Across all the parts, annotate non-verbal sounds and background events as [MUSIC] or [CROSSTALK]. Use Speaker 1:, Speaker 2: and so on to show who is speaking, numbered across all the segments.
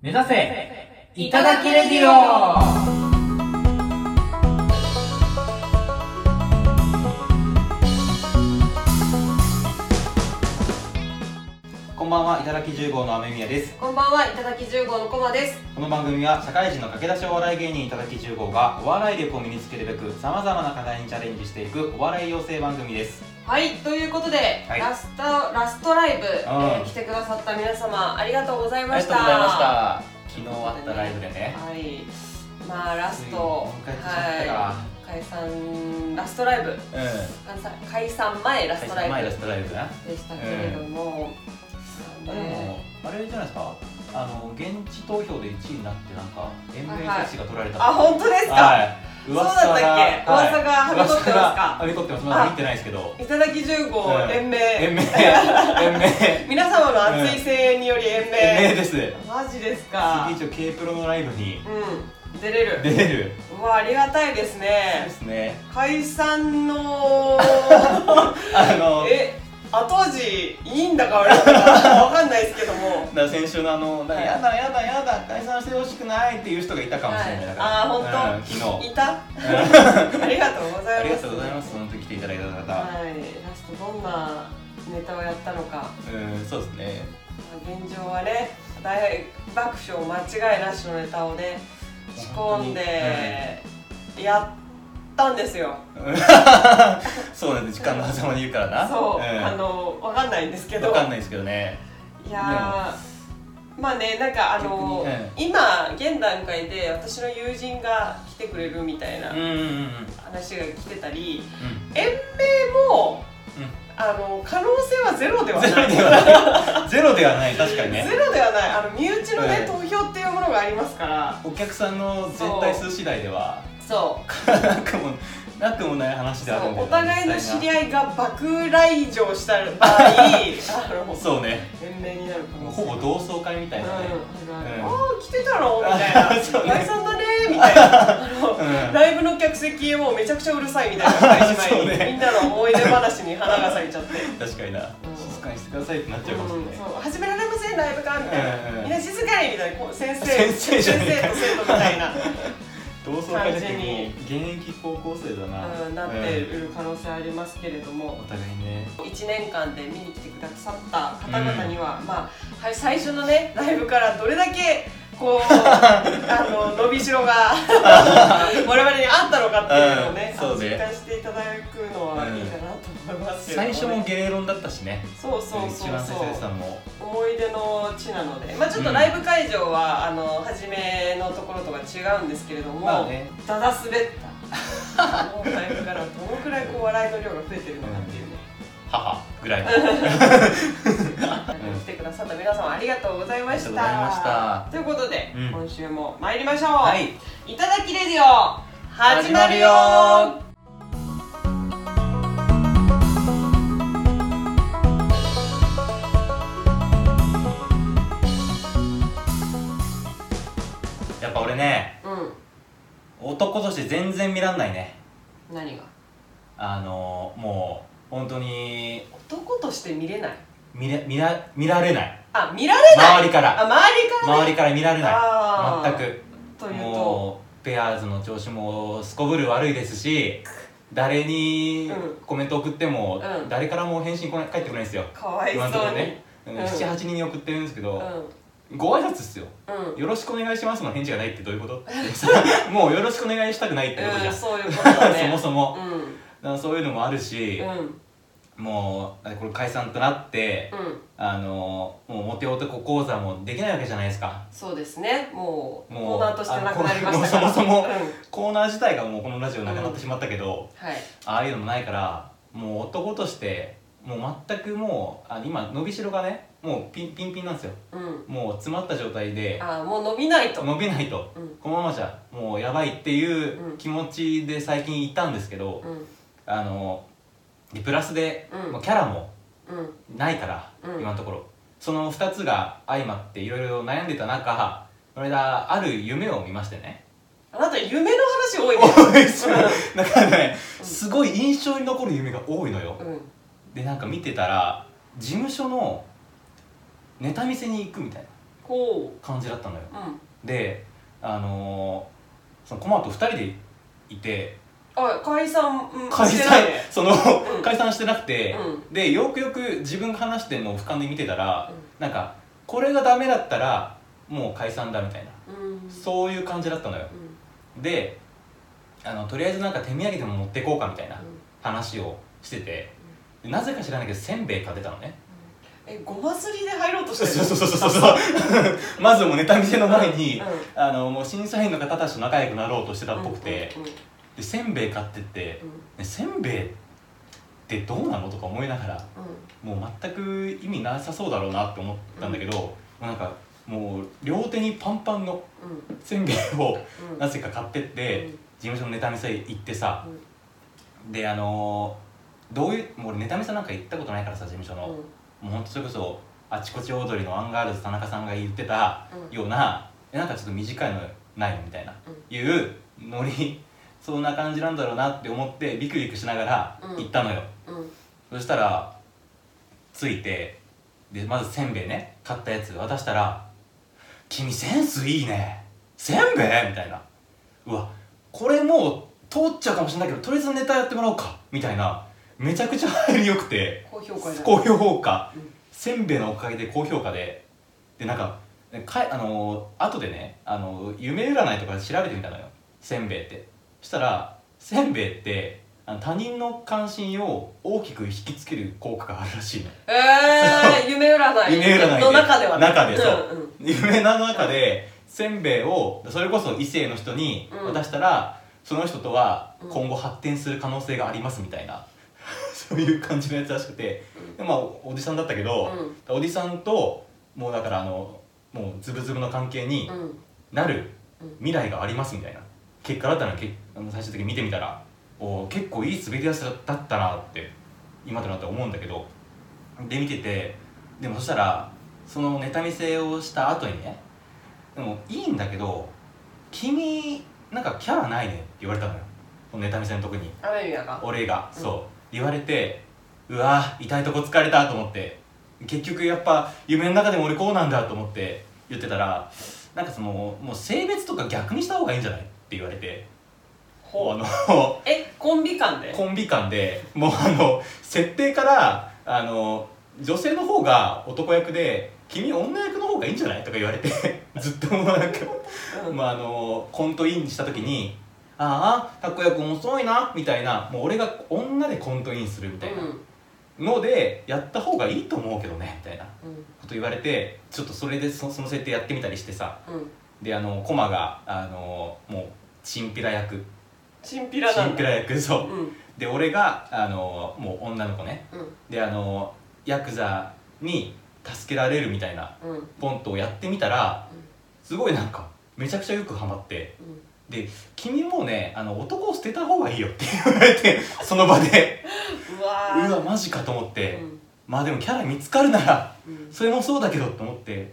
Speaker 1: 目指せいただきレディオ
Speaker 2: こんばんは、いただき10号の雨宮です。
Speaker 3: こんばんは、いただき10号のコマです。
Speaker 2: この番組は社会人の駆け出しお笑い芸人いただき10号がお笑い力を身につけるべくさまざまな課題にチャレンジしていくお笑い養成番組です。
Speaker 3: はい、ということで、
Speaker 2: はい
Speaker 3: ラストラストライブ、えー来てくださった皆様ありがとうございました。あ
Speaker 2: りがとうございました。昨日あったライブでね。
Speaker 3: はい、まあラスト、
Speaker 2: もう一回やってしまった
Speaker 3: は
Speaker 2: か
Speaker 3: い、解散ラストライブ、
Speaker 2: ら。うん。
Speaker 3: 解散解散前ラストラ
Speaker 2: 前
Speaker 3: イ
Speaker 2: ラストライブな。
Speaker 3: ブでしたけれども、
Speaker 2: あ
Speaker 3: まあ
Speaker 2: で
Speaker 3: ね
Speaker 2: もあれじゃないですか。あの現地投票で1位になってなんか演弁選手が取られた。
Speaker 3: あ本当ですか。
Speaker 2: はい。
Speaker 3: そうだったっけ
Speaker 2: はい
Speaker 3: 噂がはびこってますか
Speaker 2: 噂がはびこってます。まだ見てないですけど。
Speaker 3: いただき10号、
Speaker 2: うん
Speaker 3: 延命
Speaker 2: 延命。延命。
Speaker 3: 皆様の熱い声援により延
Speaker 2: え
Speaker 3: 命、
Speaker 2: です次
Speaker 3: マジですか。
Speaker 2: 一応 K プロのライブに
Speaker 3: うん、出れる。
Speaker 2: 出れる
Speaker 3: うわありがたいです
Speaker 2: そうで
Speaker 3: ね
Speaker 2: すね
Speaker 3: 解散
Speaker 2: [LAUGHS]
Speaker 3: の
Speaker 2: あの
Speaker 3: え後味いいんだか悪いんだかわかんないですけども
Speaker 2: だから先週のあの「だ
Speaker 3: はい
Speaker 2: やだやだやだ解散してほしくない」っていう人がいたかもしれないだから、
Speaker 3: はいあー
Speaker 2: うん、昨日
Speaker 3: いたありがとうご
Speaker 2: [LAUGHS]
Speaker 3: ざいます
Speaker 2: ありがとうございますその時来ていただいた方、
Speaker 3: はいラストどんなネタをやったのか、まあ
Speaker 2: うんそうですね
Speaker 3: 現状はね大爆笑間違いなしのネタをね仕込んでやったんですよ
Speaker 2: そうなんです時間の狭間にいるからな
Speaker 3: そう、
Speaker 2: ん、
Speaker 3: あのわかんないんですけど
Speaker 2: 分かんないですけどね
Speaker 3: いやーまあねなんかあの、
Speaker 2: 逆にうん
Speaker 3: 今現段階で私の友人が来てくれるみたいな
Speaker 2: うんうんうんうん
Speaker 3: 話が来てたり延命もあの可能性はゼロではな
Speaker 2: ゼロ
Speaker 3: い
Speaker 2: ではない [LAUGHS] ゼロではない確かにね
Speaker 3: ゼロではないあの身内の
Speaker 2: う
Speaker 3: ね、投票っていうものがありますから
Speaker 2: お客さんの絶対数次第では
Speaker 3: そ
Speaker 2: [LAUGHS]
Speaker 3: う
Speaker 2: なくもなくもない話ではあるんだ
Speaker 3: お
Speaker 2: けど
Speaker 3: 互いの知り
Speaker 2: い
Speaker 3: 合いが爆来場した場合あ
Speaker 2: [LAUGHS]
Speaker 3: の
Speaker 2: そうね
Speaker 3: 延命になる可能性
Speaker 2: ほぼ同窓会みた
Speaker 3: う
Speaker 2: い
Speaker 3: ん、
Speaker 2: なね、
Speaker 3: あるあ
Speaker 2: う
Speaker 3: る
Speaker 2: ん
Speaker 3: あー来てたのみたいな
Speaker 2: [LAUGHS] そうね
Speaker 3: 解散だねみたいなあ
Speaker 2: [LAUGHS]
Speaker 3: の
Speaker 2: うん
Speaker 3: ライブの客席もうめちゃくちゃうるさいみたいな開始
Speaker 2: [LAUGHS]
Speaker 3: 前
Speaker 2: そう
Speaker 3: に、
Speaker 2: ね
Speaker 3: みんなの思い出話に花が咲いちゃって。
Speaker 2: [LAUGHS] 確かにな、
Speaker 3: ん
Speaker 2: 静かにしてくださいってなっちゃうかもしれ
Speaker 3: うん
Speaker 2: ない、
Speaker 3: そう始められませんライブかみたいな、
Speaker 2: うんうん
Speaker 3: みんな静かにみたいなこう先生
Speaker 2: 先生じゃねえ
Speaker 3: 先生と生徒みたいな、
Speaker 2: 同窓会だけ
Speaker 3: 感じ
Speaker 2: も
Speaker 3: に
Speaker 2: う現役高校生だな、
Speaker 3: うん、なっている可能性ありますけれども
Speaker 2: うんお互いね
Speaker 3: 1年間で見に来てくださった方々には、まあはい最初のねライブからどれだけ
Speaker 2: [LAUGHS]
Speaker 3: こうあの伸びしろが我々にあったのかっていうのをね,
Speaker 2: うん
Speaker 3: あの、
Speaker 2: そうね
Speaker 3: 実感していただくのはいいかなと思いますけどね、
Speaker 2: 最初も芸論だったしね
Speaker 3: そうそうそう
Speaker 2: 一番最初で
Speaker 3: そ
Speaker 2: さ
Speaker 3: うん
Speaker 2: も
Speaker 3: 思い出の地なので、まあ、ちょっとライブ会場は、あの初めのところとは違うんですけれども、
Speaker 2: まあね
Speaker 3: だだ滑ったもうライブからどのくらいこう笑いの量が増えてるのかっていうね、
Speaker 2: 母ぐ
Speaker 3: [LAUGHS]
Speaker 2: らいのあ
Speaker 3: 来てくださった皆様ありがとうございました
Speaker 2: りがとうございました
Speaker 3: ということで、
Speaker 2: うん
Speaker 3: 今週も参りましょう、
Speaker 2: はい
Speaker 3: いただきレディオ始まるよ
Speaker 2: 始まるやっぱ俺ね男として全然見らんないね
Speaker 3: うん何が
Speaker 2: あのもう本当に
Speaker 3: 男として見れない
Speaker 2: 見れ見ら見られない
Speaker 3: あ見られない
Speaker 2: 周りから
Speaker 3: あ周りから、ね、
Speaker 2: 周りから見られ
Speaker 3: あ
Speaker 2: ない
Speaker 3: ー
Speaker 2: 全く
Speaker 3: というと
Speaker 2: もうペアーズの調子もすこぶる悪いですし誰に
Speaker 3: うん
Speaker 2: コメント送っても、
Speaker 3: うん
Speaker 2: 誰からも返信来ない返ってこないんですよ
Speaker 3: かわいそう
Speaker 2: 今
Speaker 3: に
Speaker 2: のところね、うん
Speaker 3: うん
Speaker 2: 78人に送ってるんですけ
Speaker 3: う
Speaker 2: ど、
Speaker 3: ん
Speaker 2: ご挨拶っすよ
Speaker 3: うん
Speaker 2: よろしくお願いしますの返事がないってどういうこと
Speaker 3: [LAUGHS]
Speaker 2: もうよろしくお願いしたくないってことじゃ、
Speaker 3: うんん、そういうことだね
Speaker 2: [LAUGHS] そもそも、
Speaker 3: うん
Speaker 2: だからそういうのもあるし
Speaker 3: う、ん
Speaker 2: もうこれ解散となって、
Speaker 3: うん
Speaker 2: あのもうモテ男講座もできないわけじゃないですか
Speaker 3: そうですねもう
Speaker 2: もう
Speaker 3: コーナーとしてなくなりました
Speaker 2: あ
Speaker 3: から
Speaker 2: のもうそもそも
Speaker 3: うん、はい
Speaker 2: コーナー自体がもうこのラジオなくなってしまったけど、ああいうのもないからもう男としてもう全くもうあ今伸びしろがねもうピンピンピンなんですよ
Speaker 3: うん
Speaker 2: もう詰まった状態で
Speaker 3: あーもう伸びないと
Speaker 2: 伸びないと、
Speaker 3: うん
Speaker 2: このままじゃもうやばいっていう
Speaker 3: うん
Speaker 2: 気持ちで最近行ったんですけど、
Speaker 3: うん
Speaker 2: あのでプラスで、
Speaker 3: うん
Speaker 2: もうキャラも
Speaker 3: うん
Speaker 2: ないから、
Speaker 3: うん
Speaker 2: 今のところその2つが相まっていろいろ悩んでた中この間ある夢を見ましてね
Speaker 3: あなた夢の話多いね
Speaker 2: 多いっすよ [LAUGHS] だからねすごい印象に残る夢が多いのよ、
Speaker 3: うん
Speaker 2: でなんか見てたら事務所のネタ見せに行くみたいな
Speaker 3: ほう
Speaker 2: 感じだったのよ
Speaker 3: うん
Speaker 2: であのーそのコマと2人でいて
Speaker 3: あ解散うん
Speaker 2: 解
Speaker 3: して
Speaker 2: 散
Speaker 3: ないね
Speaker 2: その [LAUGHS]
Speaker 3: うん
Speaker 2: 解散してなくて、
Speaker 3: う
Speaker 2: でよくよく自分が話してるのを俯瞰で見てたら、
Speaker 3: う
Speaker 2: なんかこれがダメだったらもう解散だみたいな
Speaker 3: うん
Speaker 2: そういう感じだったのよ
Speaker 3: うん
Speaker 2: であのとりあえずなんか手土産でも持ってこうかみたいな
Speaker 3: うん
Speaker 2: 話をしてて、でなぜか知らないけどせんべい買ってたのね
Speaker 3: えごますりで入ろうとして
Speaker 2: そう
Speaker 3: る
Speaker 2: そうそうそうそうまずもうネタ見せの前に、
Speaker 3: うん
Speaker 2: あのもう審査員の方たちと仲良くなろうとしてたっぽくて、
Speaker 3: うんうん
Speaker 2: でせんべい買ってって、ねせんべいってどうなのとか思いながら
Speaker 3: うんうん
Speaker 2: もう全く意味なさそうだろうなって思ったんだけど、もうなんかもう両手にパンパンの
Speaker 3: うん
Speaker 2: せんべいを [LAUGHS]
Speaker 3: うん
Speaker 2: なぜか買ってって、
Speaker 3: うん
Speaker 2: 事務所のネタ見せ行ってさ
Speaker 3: うん
Speaker 2: であのーどういうもう俺ネタ見せなんか行ったことないからさ事務所の、
Speaker 3: うん
Speaker 2: もうほんとそれこそあちこち踊りのアンガールズ田中さんが言ってた
Speaker 3: うん
Speaker 2: ような、えなんかちょっと短いのないのみたいな、
Speaker 3: う
Speaker 2: いうノリ [LAUGHS] そんな感じなんだろうなって思ってビクビクしながら
Speaker 3: うん
Speaker 2: 行ったのよ、
Speaker 3: うん
Speaker 2: そしたら着いてでまずせんべいね買ったやつ渡したら「君センスいいねせんべい?」みたいな「うわこれもう通っちゃうかもしれないけどとりあえずネタやってもらおうか」みたいなめちゃくちゃ入りよくて
Speaker 3: 高評価じゃん
Speaker 2: 高評価、
Speaker 3: うん
Speaker 2: せんべいのおかげで高評価ででなんかかあのー後でね、あのー夢占いとかで調べてみたのよせんべいってそしたらせんべいってあの他人の関心を大きく引きつける効果があるらしい
Speaker 3: [LAUGHS]
Speaker 2: の
Speaker 3: えー、夢占い
Speaker 2: 夢占いで
Speaker 3: の中ではね
Speaker 2: 中でそうん
Speaker 3: ん
Speaker 2: 夢の中でせんべいをそれこそ異性の人に
Speaker 3: うん
Speaker 2: 渡したら、その人とは
Speaker 3: うん
Speaker 2: 今後発展する可能性がありますみたいな [LAUGHS] そういう感じのやつらしくてでまあおじさんだったけど、おじさんともうだからあのもうズブズブの関係に
Speaker 3: うんうん
Speaker 2: なる
Speaker 3: うん
Speaker 2: 未来がありますみたいな結果だったのけあの最終的に見てみたらおー結構いい滑り出しだったなって今となっては思うんだけどで見ててでもそしたらそのネタ見せをした後にねでもいいんだけど君なんかキャラないねって言われたのよそのネタ見せの時に
Speaker 3: 雨宮が
Speaker 2: 俺が
Speaker 3: うん
Speaker 2: そう言われてうわ痛いとこ疲れたと思って結局やっぱ夢の中でも俺こうなんだと思って言ってたらなんかそのもう性別とか逆にした方がいいんじゃないって言われて
Speaker 3: ほ
Speaker 2: あ
Speaker 3: う
Speaker 2: の
Speaker 3: えコンビ間で
Speaker 2: コンビ間でもうあの設定からあの女性の方が男役で君女役の方がいいんじゃないとか言われて [LAUGHS] ずっともうなんか
Speaker 3: うん
Speaker 2: まあ、あのコントインした時に「ああかっこよく遅いな」みたいなもう俺が女でコントインするみたいなので、やった方がいいと思うけどねみたいなこ
Speaker 3: うん
Speaker 2: と言われてちょっとそれでそその設定やってみたりしてさ
Speaker 3: うんうん
Speaker 2: であのコマがあのもうチンピラ役
Speaker 3: チンピラな
Speaker 2: チ
Speaker 3: ん
Speaker 2: ンピ
Speaker 3: だ
Speaker 2: ラ役そううん
Speaker 3: うん
Speaker 2: で俺があのもう女の子ねであのヤクザに助けられるみたいな
Speaker 3: うんうん
Speaker 2: コントをやってみたらすごいなんかめちゃくちゃよくハマって。で「君もねあの男を捨てた方がいいよ」って言われてその場で
Speaker 3: うわー
Speaker 2: うわマジかと思って、
Speaker 3: うん
Speaker 2: まあでもキャラ見つかるなら
Speaker 3: うん
Speaker 2: それもそうだけどと思って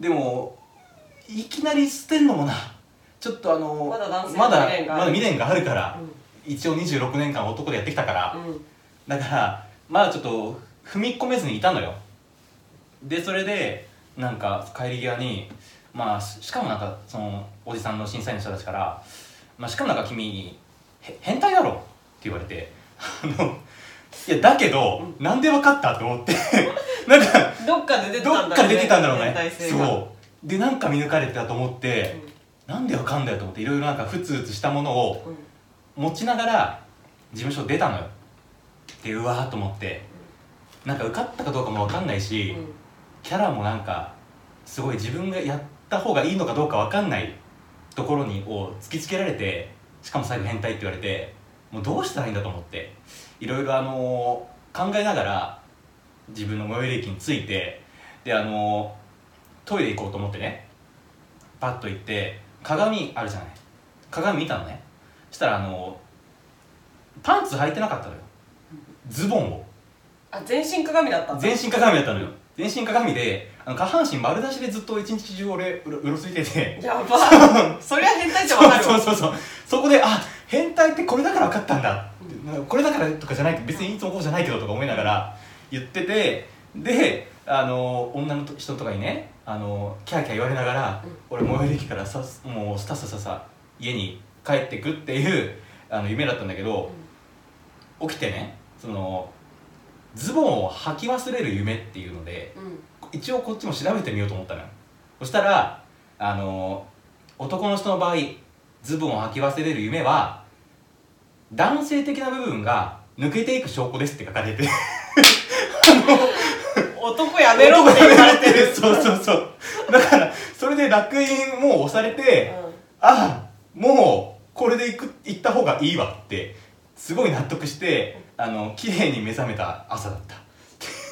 Speaker 2: でもいきなり捨てんのもなちょっとあの
Speaker 3: まだ男性の
Speaker 2: まだ
Speaker 3: 未練がある
Speaker 2: まだ未練があるから、一応26年間男でやってきたから、
Speaker 3: うんうん
Speaker 2: だからまだちょっと踏み込めずにいたのよでそれでなんか帰り際にまあししかもなんかそのおじさんの審査員の人たちから「まあ、しかもなんか君へ変態だろ」って言われてあのいやだけど、なんで分かったと思って [LAUGHS] なんか
Speaker 3: どっかで出て
Speaker 2: ど
Speaker 3: た
Speaker 2: っ
Speaker 3: んだろうね
Speaker 2: かで出てたんだろう
Speaker 3: 連
Speaker 2: ね
Speaker 3: 帯性が
Speaker 2: そうでなんか見抜かれてたと思って、なんで分かんだよと思っていろいろなんかふつふつしたものを
Speaker 3: うんうん
Speaker 2: 持ちながら事務所出たのよでうわーと思ってなんか受かったかどうかも分かんないし、
Speaker 3: うん
Speaker 2: キャラもなんかすごい自分がやった方がいいのかどうか分かんないところにを突きつけられてしかも最後変態って言われてもうどうしたらいいんだと思っていろいろあのー考えながら自分の最寄り駅に着いてであのートイレ行こうと思ってねパッと行って鏡あるじゃない鏡見たのねそしたらあのーパンツ履いてなかったのよズボンを
Speaker 3: あ全身鏡だったんだ
Speaker 2: 全身鏡だったのよ全身鏡であの下半身丸出しでずっと一日中俺うろうろついてて
Speaker 3: やばそりゃ変態って
Speaker 2: そ
Speaker 3: わ
Speaker 2: う
Speaker 3: かる
Speaker 2: そう
Speaker 3: わ
Speaker 2: そうそうそこであ変態ってこれだから分かったんだ、なんかこれだからとかじゃない別にいつもこうじゃないけどとか思いながら言っててであの女の人とかにねあのキャーキャー言われながら、
Speaker 3: うん
Speaker 2: 俺最寄り駅からさもうスタスタささ家に帰ってくっていうあの夢だったんだけど、起きてねそのズボンを履き忘れる夢っていうので
Speaker 3: うん
Speaker 2: 一応こっちも調べてみようと思ったのよそしたらあの男の人の場合ズボンを履き忘れる夢は男性的な部分が抜けていく証拠ですって書かれて
Speaker 3: 男やめろって言われて
Speaker 2: [LAUGHS]
Speaker 3: る
Speaker 2: そうそうそうだからそれで楽印もう押されて、
Speaker 3: うん
Speaker 2: ああもうこれで行く行った方がいいわってすごい納得してあの綺麗に目覚めた朝だった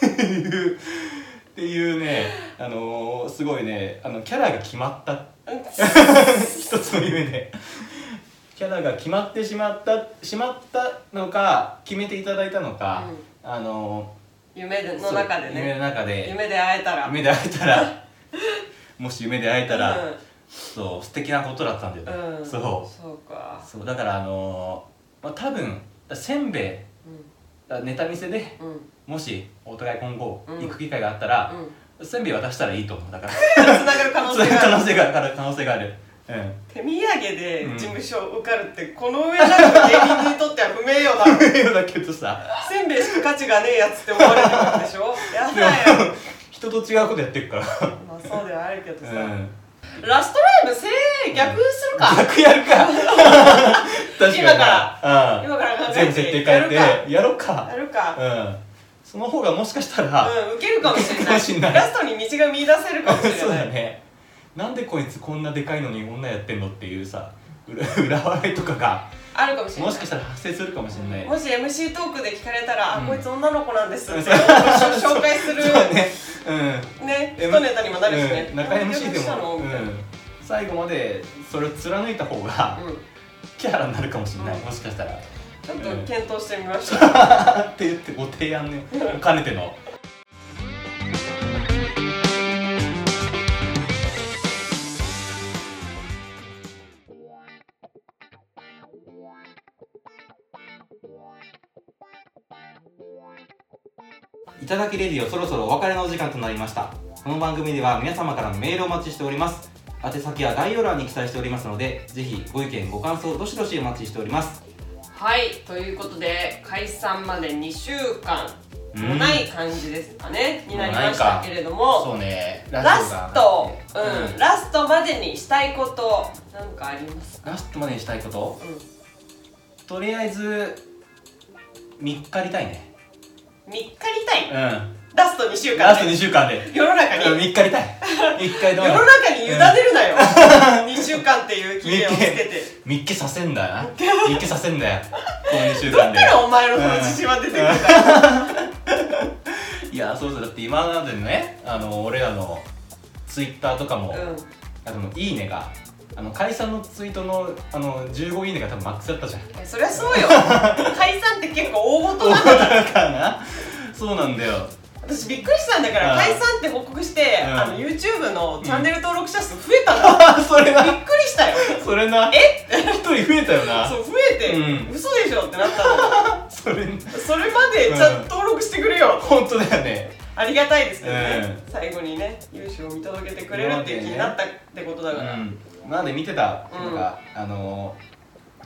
Speaker 2: っていうっていうねあのすごいねあのキャラが決まった一つの夢でキャラが決まってしまったしまったのか決めていただいたのか、あの
Speaker 3: 夢での中で
Speaker 2: そう夢
Speaker 3: ね
Speaker 2: の中で
Speaker 3: 夢で会えたら
Speaker 2: 夢で会えたらもし夢で会えたら、
Speaker 3: うん
Speaker 2: そう素敵なことだったんだよね、
Speaker 3: うん
Speaker 2: そう
Speaker 3: そうか
Speaker 2: そうだからあのーまあ、多分せんべい
Speaker 3: うん
Speaker 2: あネタ見せで
Speaker 3: うん
Speaker 2: もしお互い今後
Speaker 3: うん
Speaker 2: 行く機会があったら、
Speaker 3: うん
Speaker 2: せんべい渡したらいいと思うだ
Speaker 3: [LAUGHS]
Speaker 2: から
Speaker 3: つながる可能
Speaker 2: そうい
Speaker 3: 性
Speaker 2: う可
Speaker 3: があ
Speaker 2: 能
Speaker 3: る
Speaker 2: 性がある可能性があるうん
Speaker 3: 手土産で事務所受かるってこの上なく芸人にとっては不名
Speaker 2: [LAUGHS]
Speaker 3: 誉だ
Speaker 2: だけどさ
Speaker 3: せんべいしか価値がねえやつって思われてるんでしょやだよ
Speaker 2: 人と違うことやってるから
Speaker 3: まあそうではあるけどさ、
Speaker 2: うん
Speaker 3: ラストライブせー逆するか
Speaker 2: 逆やる
Speaker 3: [LAUGHS]
Speaker 2: か確かに
Speaker 3: 今から
Speaker 2: うん
Speaker 3: 今から考え
Speaker 2: 全
Speaker 3: て
Speaker 2: 設定変えてやろう
Speaker 3: や
Speaker 2: か
Speaker 3: るか
Speaker 2: うんその方がもしかしたら、
Speaker 3: うん受けるかもしれな
Speaker 2: ウケ
Speaker 3: い
Speaker 2: るかもしれない
Speaker 3: ラストに道が見出せるかもしれない
Speaker 2: そうだねなんでこいつこんなでかいのに女やってんのっていうさ裏 [LAUGHS] 裏笑いとかが
Speaker 3: あるかもしれない
Speaker 2: もしかしたら発生するかもしれない、
Speaker 3: もし MC トークで聞かれたら、
Speaker 2: うん
Speaker 3: あこいつ女の子なんですって
Speaker 2: そう
Speaker 3: [LAUGHS] 紹介する
Speaker 2: そうだねうん
Speaker 3: ね
Speaker 2: え
Speaker 3: 一ネタにもなるしね、
Speaker 2: うん、中
Speaker 3: あ
Speaker 2: MC で
Speaker 3: よくしたの
Speaker 2: も、う、
Speaker 3: みたいなん
Speaker 2: 最後までそれを貫いた方が
Speaker 3: うん
Speaker 2: キャラになるかもしれない、
Speaker 3: うん
Speaker 2: もしかしたら
Speaker 3: ちょっと検討してみまし [LAUGHS] ょう
Speaker 2: って言ってご提案ね兼ねてのいただきレディオそろそろお別れのお時間となりましたこの番組では皆様からのメールをお待ちしております宛先は概要欄に記載しておりますのでぜひご意見ご感想どしどしお待ちしております
Speaker 3: はいということで解散まで2週間
Speaker 2: うん
Speaker 3: もない感じですかね、になりましたけれども
Speaker 2: うね
Speaker 3: ラスト、うん
Speaker 2: うん
Speaker 3: ラストまでにしたいことなんかあります
Speaker 2: ラストまでにしたいこと
Speaker 3: う
Speaker 2: とりあえず3日りたいね
Speaker 3: ん3日りた
Speaker 2: う
Speaker 3: い
Speaker 2: ん
Speaker 3: ラスト2週
Speaker 2: ラ
Speaker 3: 間
Speaker 2: スト
Speaker 3: で
Speaker 2: 2週間で
Speaker 3: 世の中に
Speaker 2: 3日りたい3日り
Speaker 3: 世
Speaker 2: どう
Speaker 3: の
Speaker 2: なる
Speaker 3: 中に委ねるな
Speaker 2: [LAUGHS]
Speaker 3: よ、2週間っていう期限をつけて
Speaker 2: 3日させんだよな3日させんだよこの2週
Speaker 3: どっ
Speaker 2: 間
Speaker 3: か
Speaker 2: で
Speaker 3: らお前のその自信は出てくるから、
Speaker 2: いやそうそうだって今までのねあの俺らのツイッターとかも、
Speaker 3: うん
Speaker 2: あのいいねがあの解散のツイートのあの15いいねが多分マックスだったじゃん
Speaker 3: えそりゃそうよ解散って結構大事なんだから
Speaker 2: だからなそうなんだよ [LAUGHS]
Speaker 3: 私びっくりしたんだから
Speaker 2: うん
Speaker 3: 解散って報告して、
Speaker 2: うん
Speaker 3: あの YouTube のチャンネル登録者数増えたの、びっ
Speaker 2: あそれな
Speaker 3: くりしたよ
Speaker 2: それな
Speaker 3: え
Speaker 2: 1人増えたよな
Speaker 3: そう増えて、
Speaker 2: うん
Speaker 3: 嘘でしょってなったの
Speaker 2: それ
Speaker 3: それまでちゃんと登録してくれよ、
Speaker 2: 本当だよね
Speaker 3: ありがたいですけどね、
Speaker 2: う
Speaker 3: 最後にね優勝を見届けてくれるっていう気になったってことだから、
Speaker 2: うん、なんで見てたのが、あの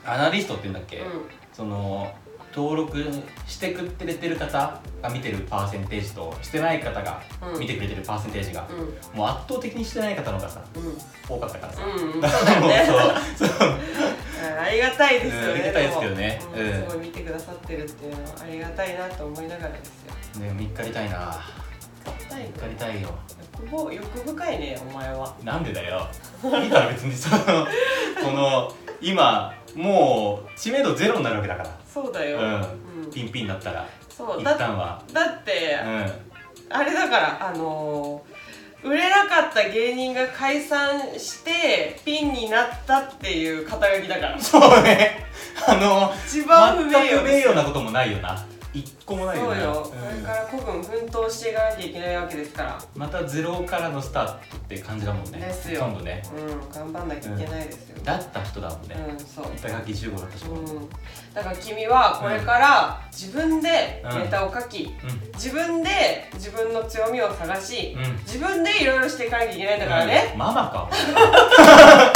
Speaker 2: アナリストって言うんだっけ、
Speaker 3: うん
Speaker 2: その登録してくれてる方が見てるパーセンテージとしてない方が
Speaker 3: うん
Speaker 2: 見てくれてるパーセンテージが、
Speaker 3: うん
Speaker 2: もう圧倒的にしてない方の方がさ [LAUGHS]
Speaker 3: うん
Speaker 2: 多かったからさ、
Speaker 3: うんうん、そうだよね
Speaker 2: [LAUGHS] そうそう
Speaker 3: うんありがたいですよね、
Speaker 2: うんありがたいですけどね
Speaker 3: でも
Speaker 2: うん
Speaker 3: すごい見てくださってるっていうのはありがたいなと思いながらですよ
Speaker 2: ね3日りたいな
Speaker 3: たい
Speaker 2: 3日りたいよ
Speaker 3: 欲望欲深いねお前は
Speaker 2: なんでだよいいだろ別にそのこの今もう知名度ゼロになるわけだか
Speaker 3: そうだよ、
Speaker 2: ら
Speaker 3: う
Speaker 2: うん
Speaker 3: ん
Speaker 2: ピンピンだったら
Speaker 3: そう
Speaker 2: 一
Speaker 3: だだ
Speaker 2: 旦は
Speaker 3: って、
Speaker 2: うん
Speaker 3: あれだからあのー売れなかった芸人が解散してピンになったっていう肩書きだから
Speaker 2: そうね。あの、
Speaker 3: 一番不
Speaker 2: 全
Speaker 3: 名
Speaker 2: く
Speaker 3: 誉で
Speaker 2: 名
Speaker 3: すよ
Speaker 2: 誉なこともないよな。一個もない
Speaker 3: そ
Speaker 2: よ
Speaker 3: う
Speaker 2: ね
Speaker 3: よ、
Speaker 2: ん
Speaker 3: これから古文奮闘していかなきゃいけないわけですから
Speaker 2: またゼロからのスタートって感じだもんね
Speaker 3: ですよ
Speaker 2: 今度ね
Speaker 3: うん頑張んなきゃいけないですよ、
Speaker 2: だった人だもんね、
Speaker 3: うん、そう
Speaker 2: 板垣十五だった人うん、
Speaker 3: うん、だから君はこれから自分でネタを書き、自分で自分の強みを探し、
Speaker 2: うん
Speaker 3: 自分でいろいろしていかなきゃいけないんだからね、
Speaker 2: ママか [LAUGHS]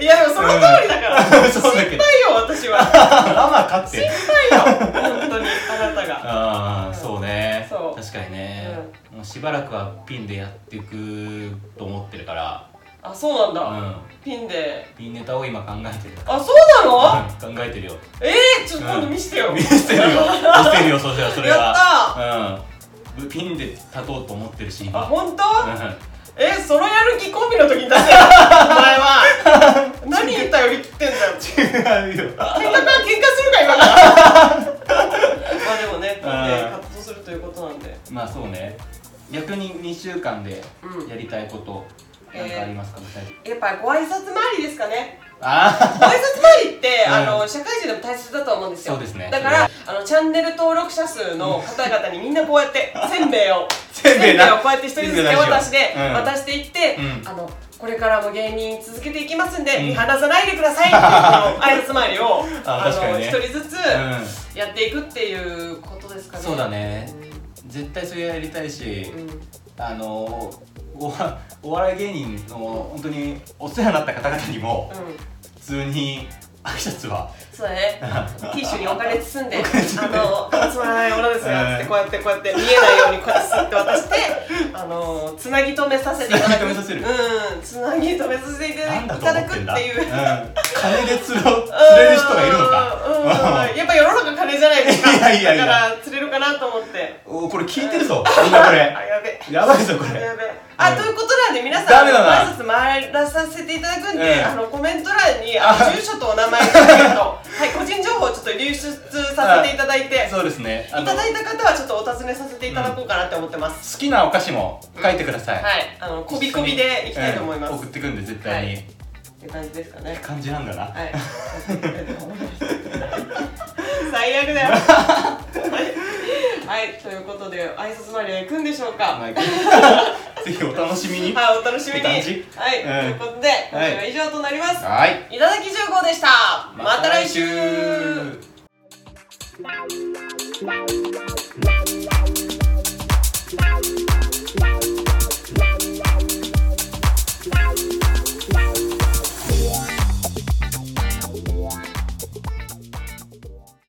Speaker 3: いやでもその通りだから、
Speaker 2: うん
Speaker 3: 心
Speaker 2: [LAUGHS] そうだけ
Speaker 3: 配
Speaker 2: ど
Speaker 3: よ私は
Speaker 2: 俺ママかって
Speaker 3: 心配よ本当にあなたが
Speaker 2: ああそうね
Speaker 3: そう
Speaker 2: 確かにね、もうしばらくはピンでやっていくと思ってるから
Speaker 3: あそうなんだ、
Speaker 2: うん
Speaker 3: ピンで
Speaker 2: ピンネタを今考えてる
Speaker 3: あそうな
Speaker 2: う
Speaker 3: の、
Speaker 2: ん考えてるよ
Speaker 3: えー、ちょっと今度見せてよ、
Speaker 2: 見せてるよ見せてるよそしたらそれは
Speaker 3: や
Speaker 2: ったうんピンで立とうと思ってるし
Speaker 3: [LAUGHS] あ
Speaker 2: 今
Speaker 3: 本当、
Speaker 2: うん
Speaker 3: えそのやる気コンビの時に出せよお前は [LAUGHS] 何言ったより切ってんだよ結
Speaker 2: 違
Speaker 3: 局
Speaker 2: うよ
Speaker 3: は喧嘩するか今から
Speaker 2: [LAUGHS]
Speaker 3: まあでもねピンで活動するということなんで
Speaker 2: まあそうね逆に2週間で
Speaker 3: うん
Speaker 2: やりたいことなんかありますか、具体的に
Speaker 3: やっぱご挨拶回りですかね
Speaker 2: あ
Speaker 3: [LAUGHS] ご挨拶回りって、
Speaker 2: うん
Speaker 3: あの社会人でも大切だと思うんですよ
Speaker 2: そうですね
Speaker 3: だからあのチャンネル登録者数の方々にみんなこうやってせんべいを
Speaker 2: [LAUGHS] せんべいな
Speaker 3: をこうやって一人ずつ手渡しで
Speaker 2: せんべいラジオうん
Speaker 3: 渡していって、
Speaker 2: うん
Speaker 3: あのこれからも芸人続けていきますんで、
Speaker 2: うん
Speaker 3: 見放さないでくださいって
Speaker 2: [LAUGHS]
Speaker 3: いうあの挨拶回りを
Speaker 2: あ確かに
Speaker 3: の
Speaker 2: ね
Speaker 3: 一人ずつ
Speaker 2: あ、
Speaker 3: やっていくっていうことですか
Speaker 2: うん、
Speaker 3: ね
Speaker 2: そうだね絶対それやりたいし、
Speaker 3: うんうん
Speaker 2: あのおわお笑い芸人の本当にお世話になった方々にも普通に挨拶は
Speaker 3: そうだ
Speaker 2: [LAUGHS]
Speaker 3: ね、ティッシュにお金包んで、あの、つまらないものですよっつって、こうやって、こうやって、見えないように、こうやって、すって渡して。あの、つなぎ止めさせていただく。
Speaker 2: つなぎ止めさせる
Speaker 3: うん、つなぎ止めさせていただ
Speaker 2: なんだ
Speaker 3: い
Speaker 2: と思
Speaker 3: ただ
Speaker 2: っ
Speaker 3: く
Speaker 2: てん
Speaker 3: っ
Speaker 2: だ
Speaker 3: ていう。
Speaker 2: うん、金で釣ろ釣れる人がいるのか
Speaker 3: うん、やっぱ世の中金じゃないですか。
Speaker 2: [LAUGHS] いやいやいや
Speaker 3: だから、釣れるかなと思って。
Speaker 2: うんおこれ聞いてるぞみんなこ
Speaker 3: あ、
Speaker 2: れ
Speaker 3: やべ。
Speaker 2: やばいぞこれ
Speaker 3: やべあ、
Speaker 2: うん
Speaker 3: ということなんで皆さん
Speaker 2: ダメだな
Speaker 3: 挨拶回らさせていただくんで、
Speaker 2: うん
Speaker 3: あのコメント欄にあの住所とお名前と、 [LAUGHS] はい、個人情報をちょっと流出させていただいて、
Speaker 2: そうですねあ
Speaker 3: い
Speaker 2: の
Speaker 3: た
Speaker 2: 好
Speaker 3: だいた方はちょっとお尋ねさせていただこうかなって思ってます、
Speaker 2: きなお菓子も書いてください、
Speaker 3: はいあのこびこびでいきたいと思います、
Speaker 2: うん送ってくんで絶対に、
Speaker 3: はって感じですかね
Speaker 2: 感じなんだな、 [LAUGHS]
Speaker 3: はい最悪だよはい、はい、ということで挨拶回りは行くんでしょうか、
Speaker 2: まあぜひお楽しみに
Speaker 3: はい、お楽しみに。
Speaker 2: って感
Speaker 3: はい、
Speaker 2: じ
Speaker 3: と
Speaker 2: う
Speaker 3: い
Speaker 2: ん
Speaker 3: うことで、今回は以上となります。
Speaker 2: はい
Speaker 3: いただき10号でした。また来週。
Speaker 2: また来週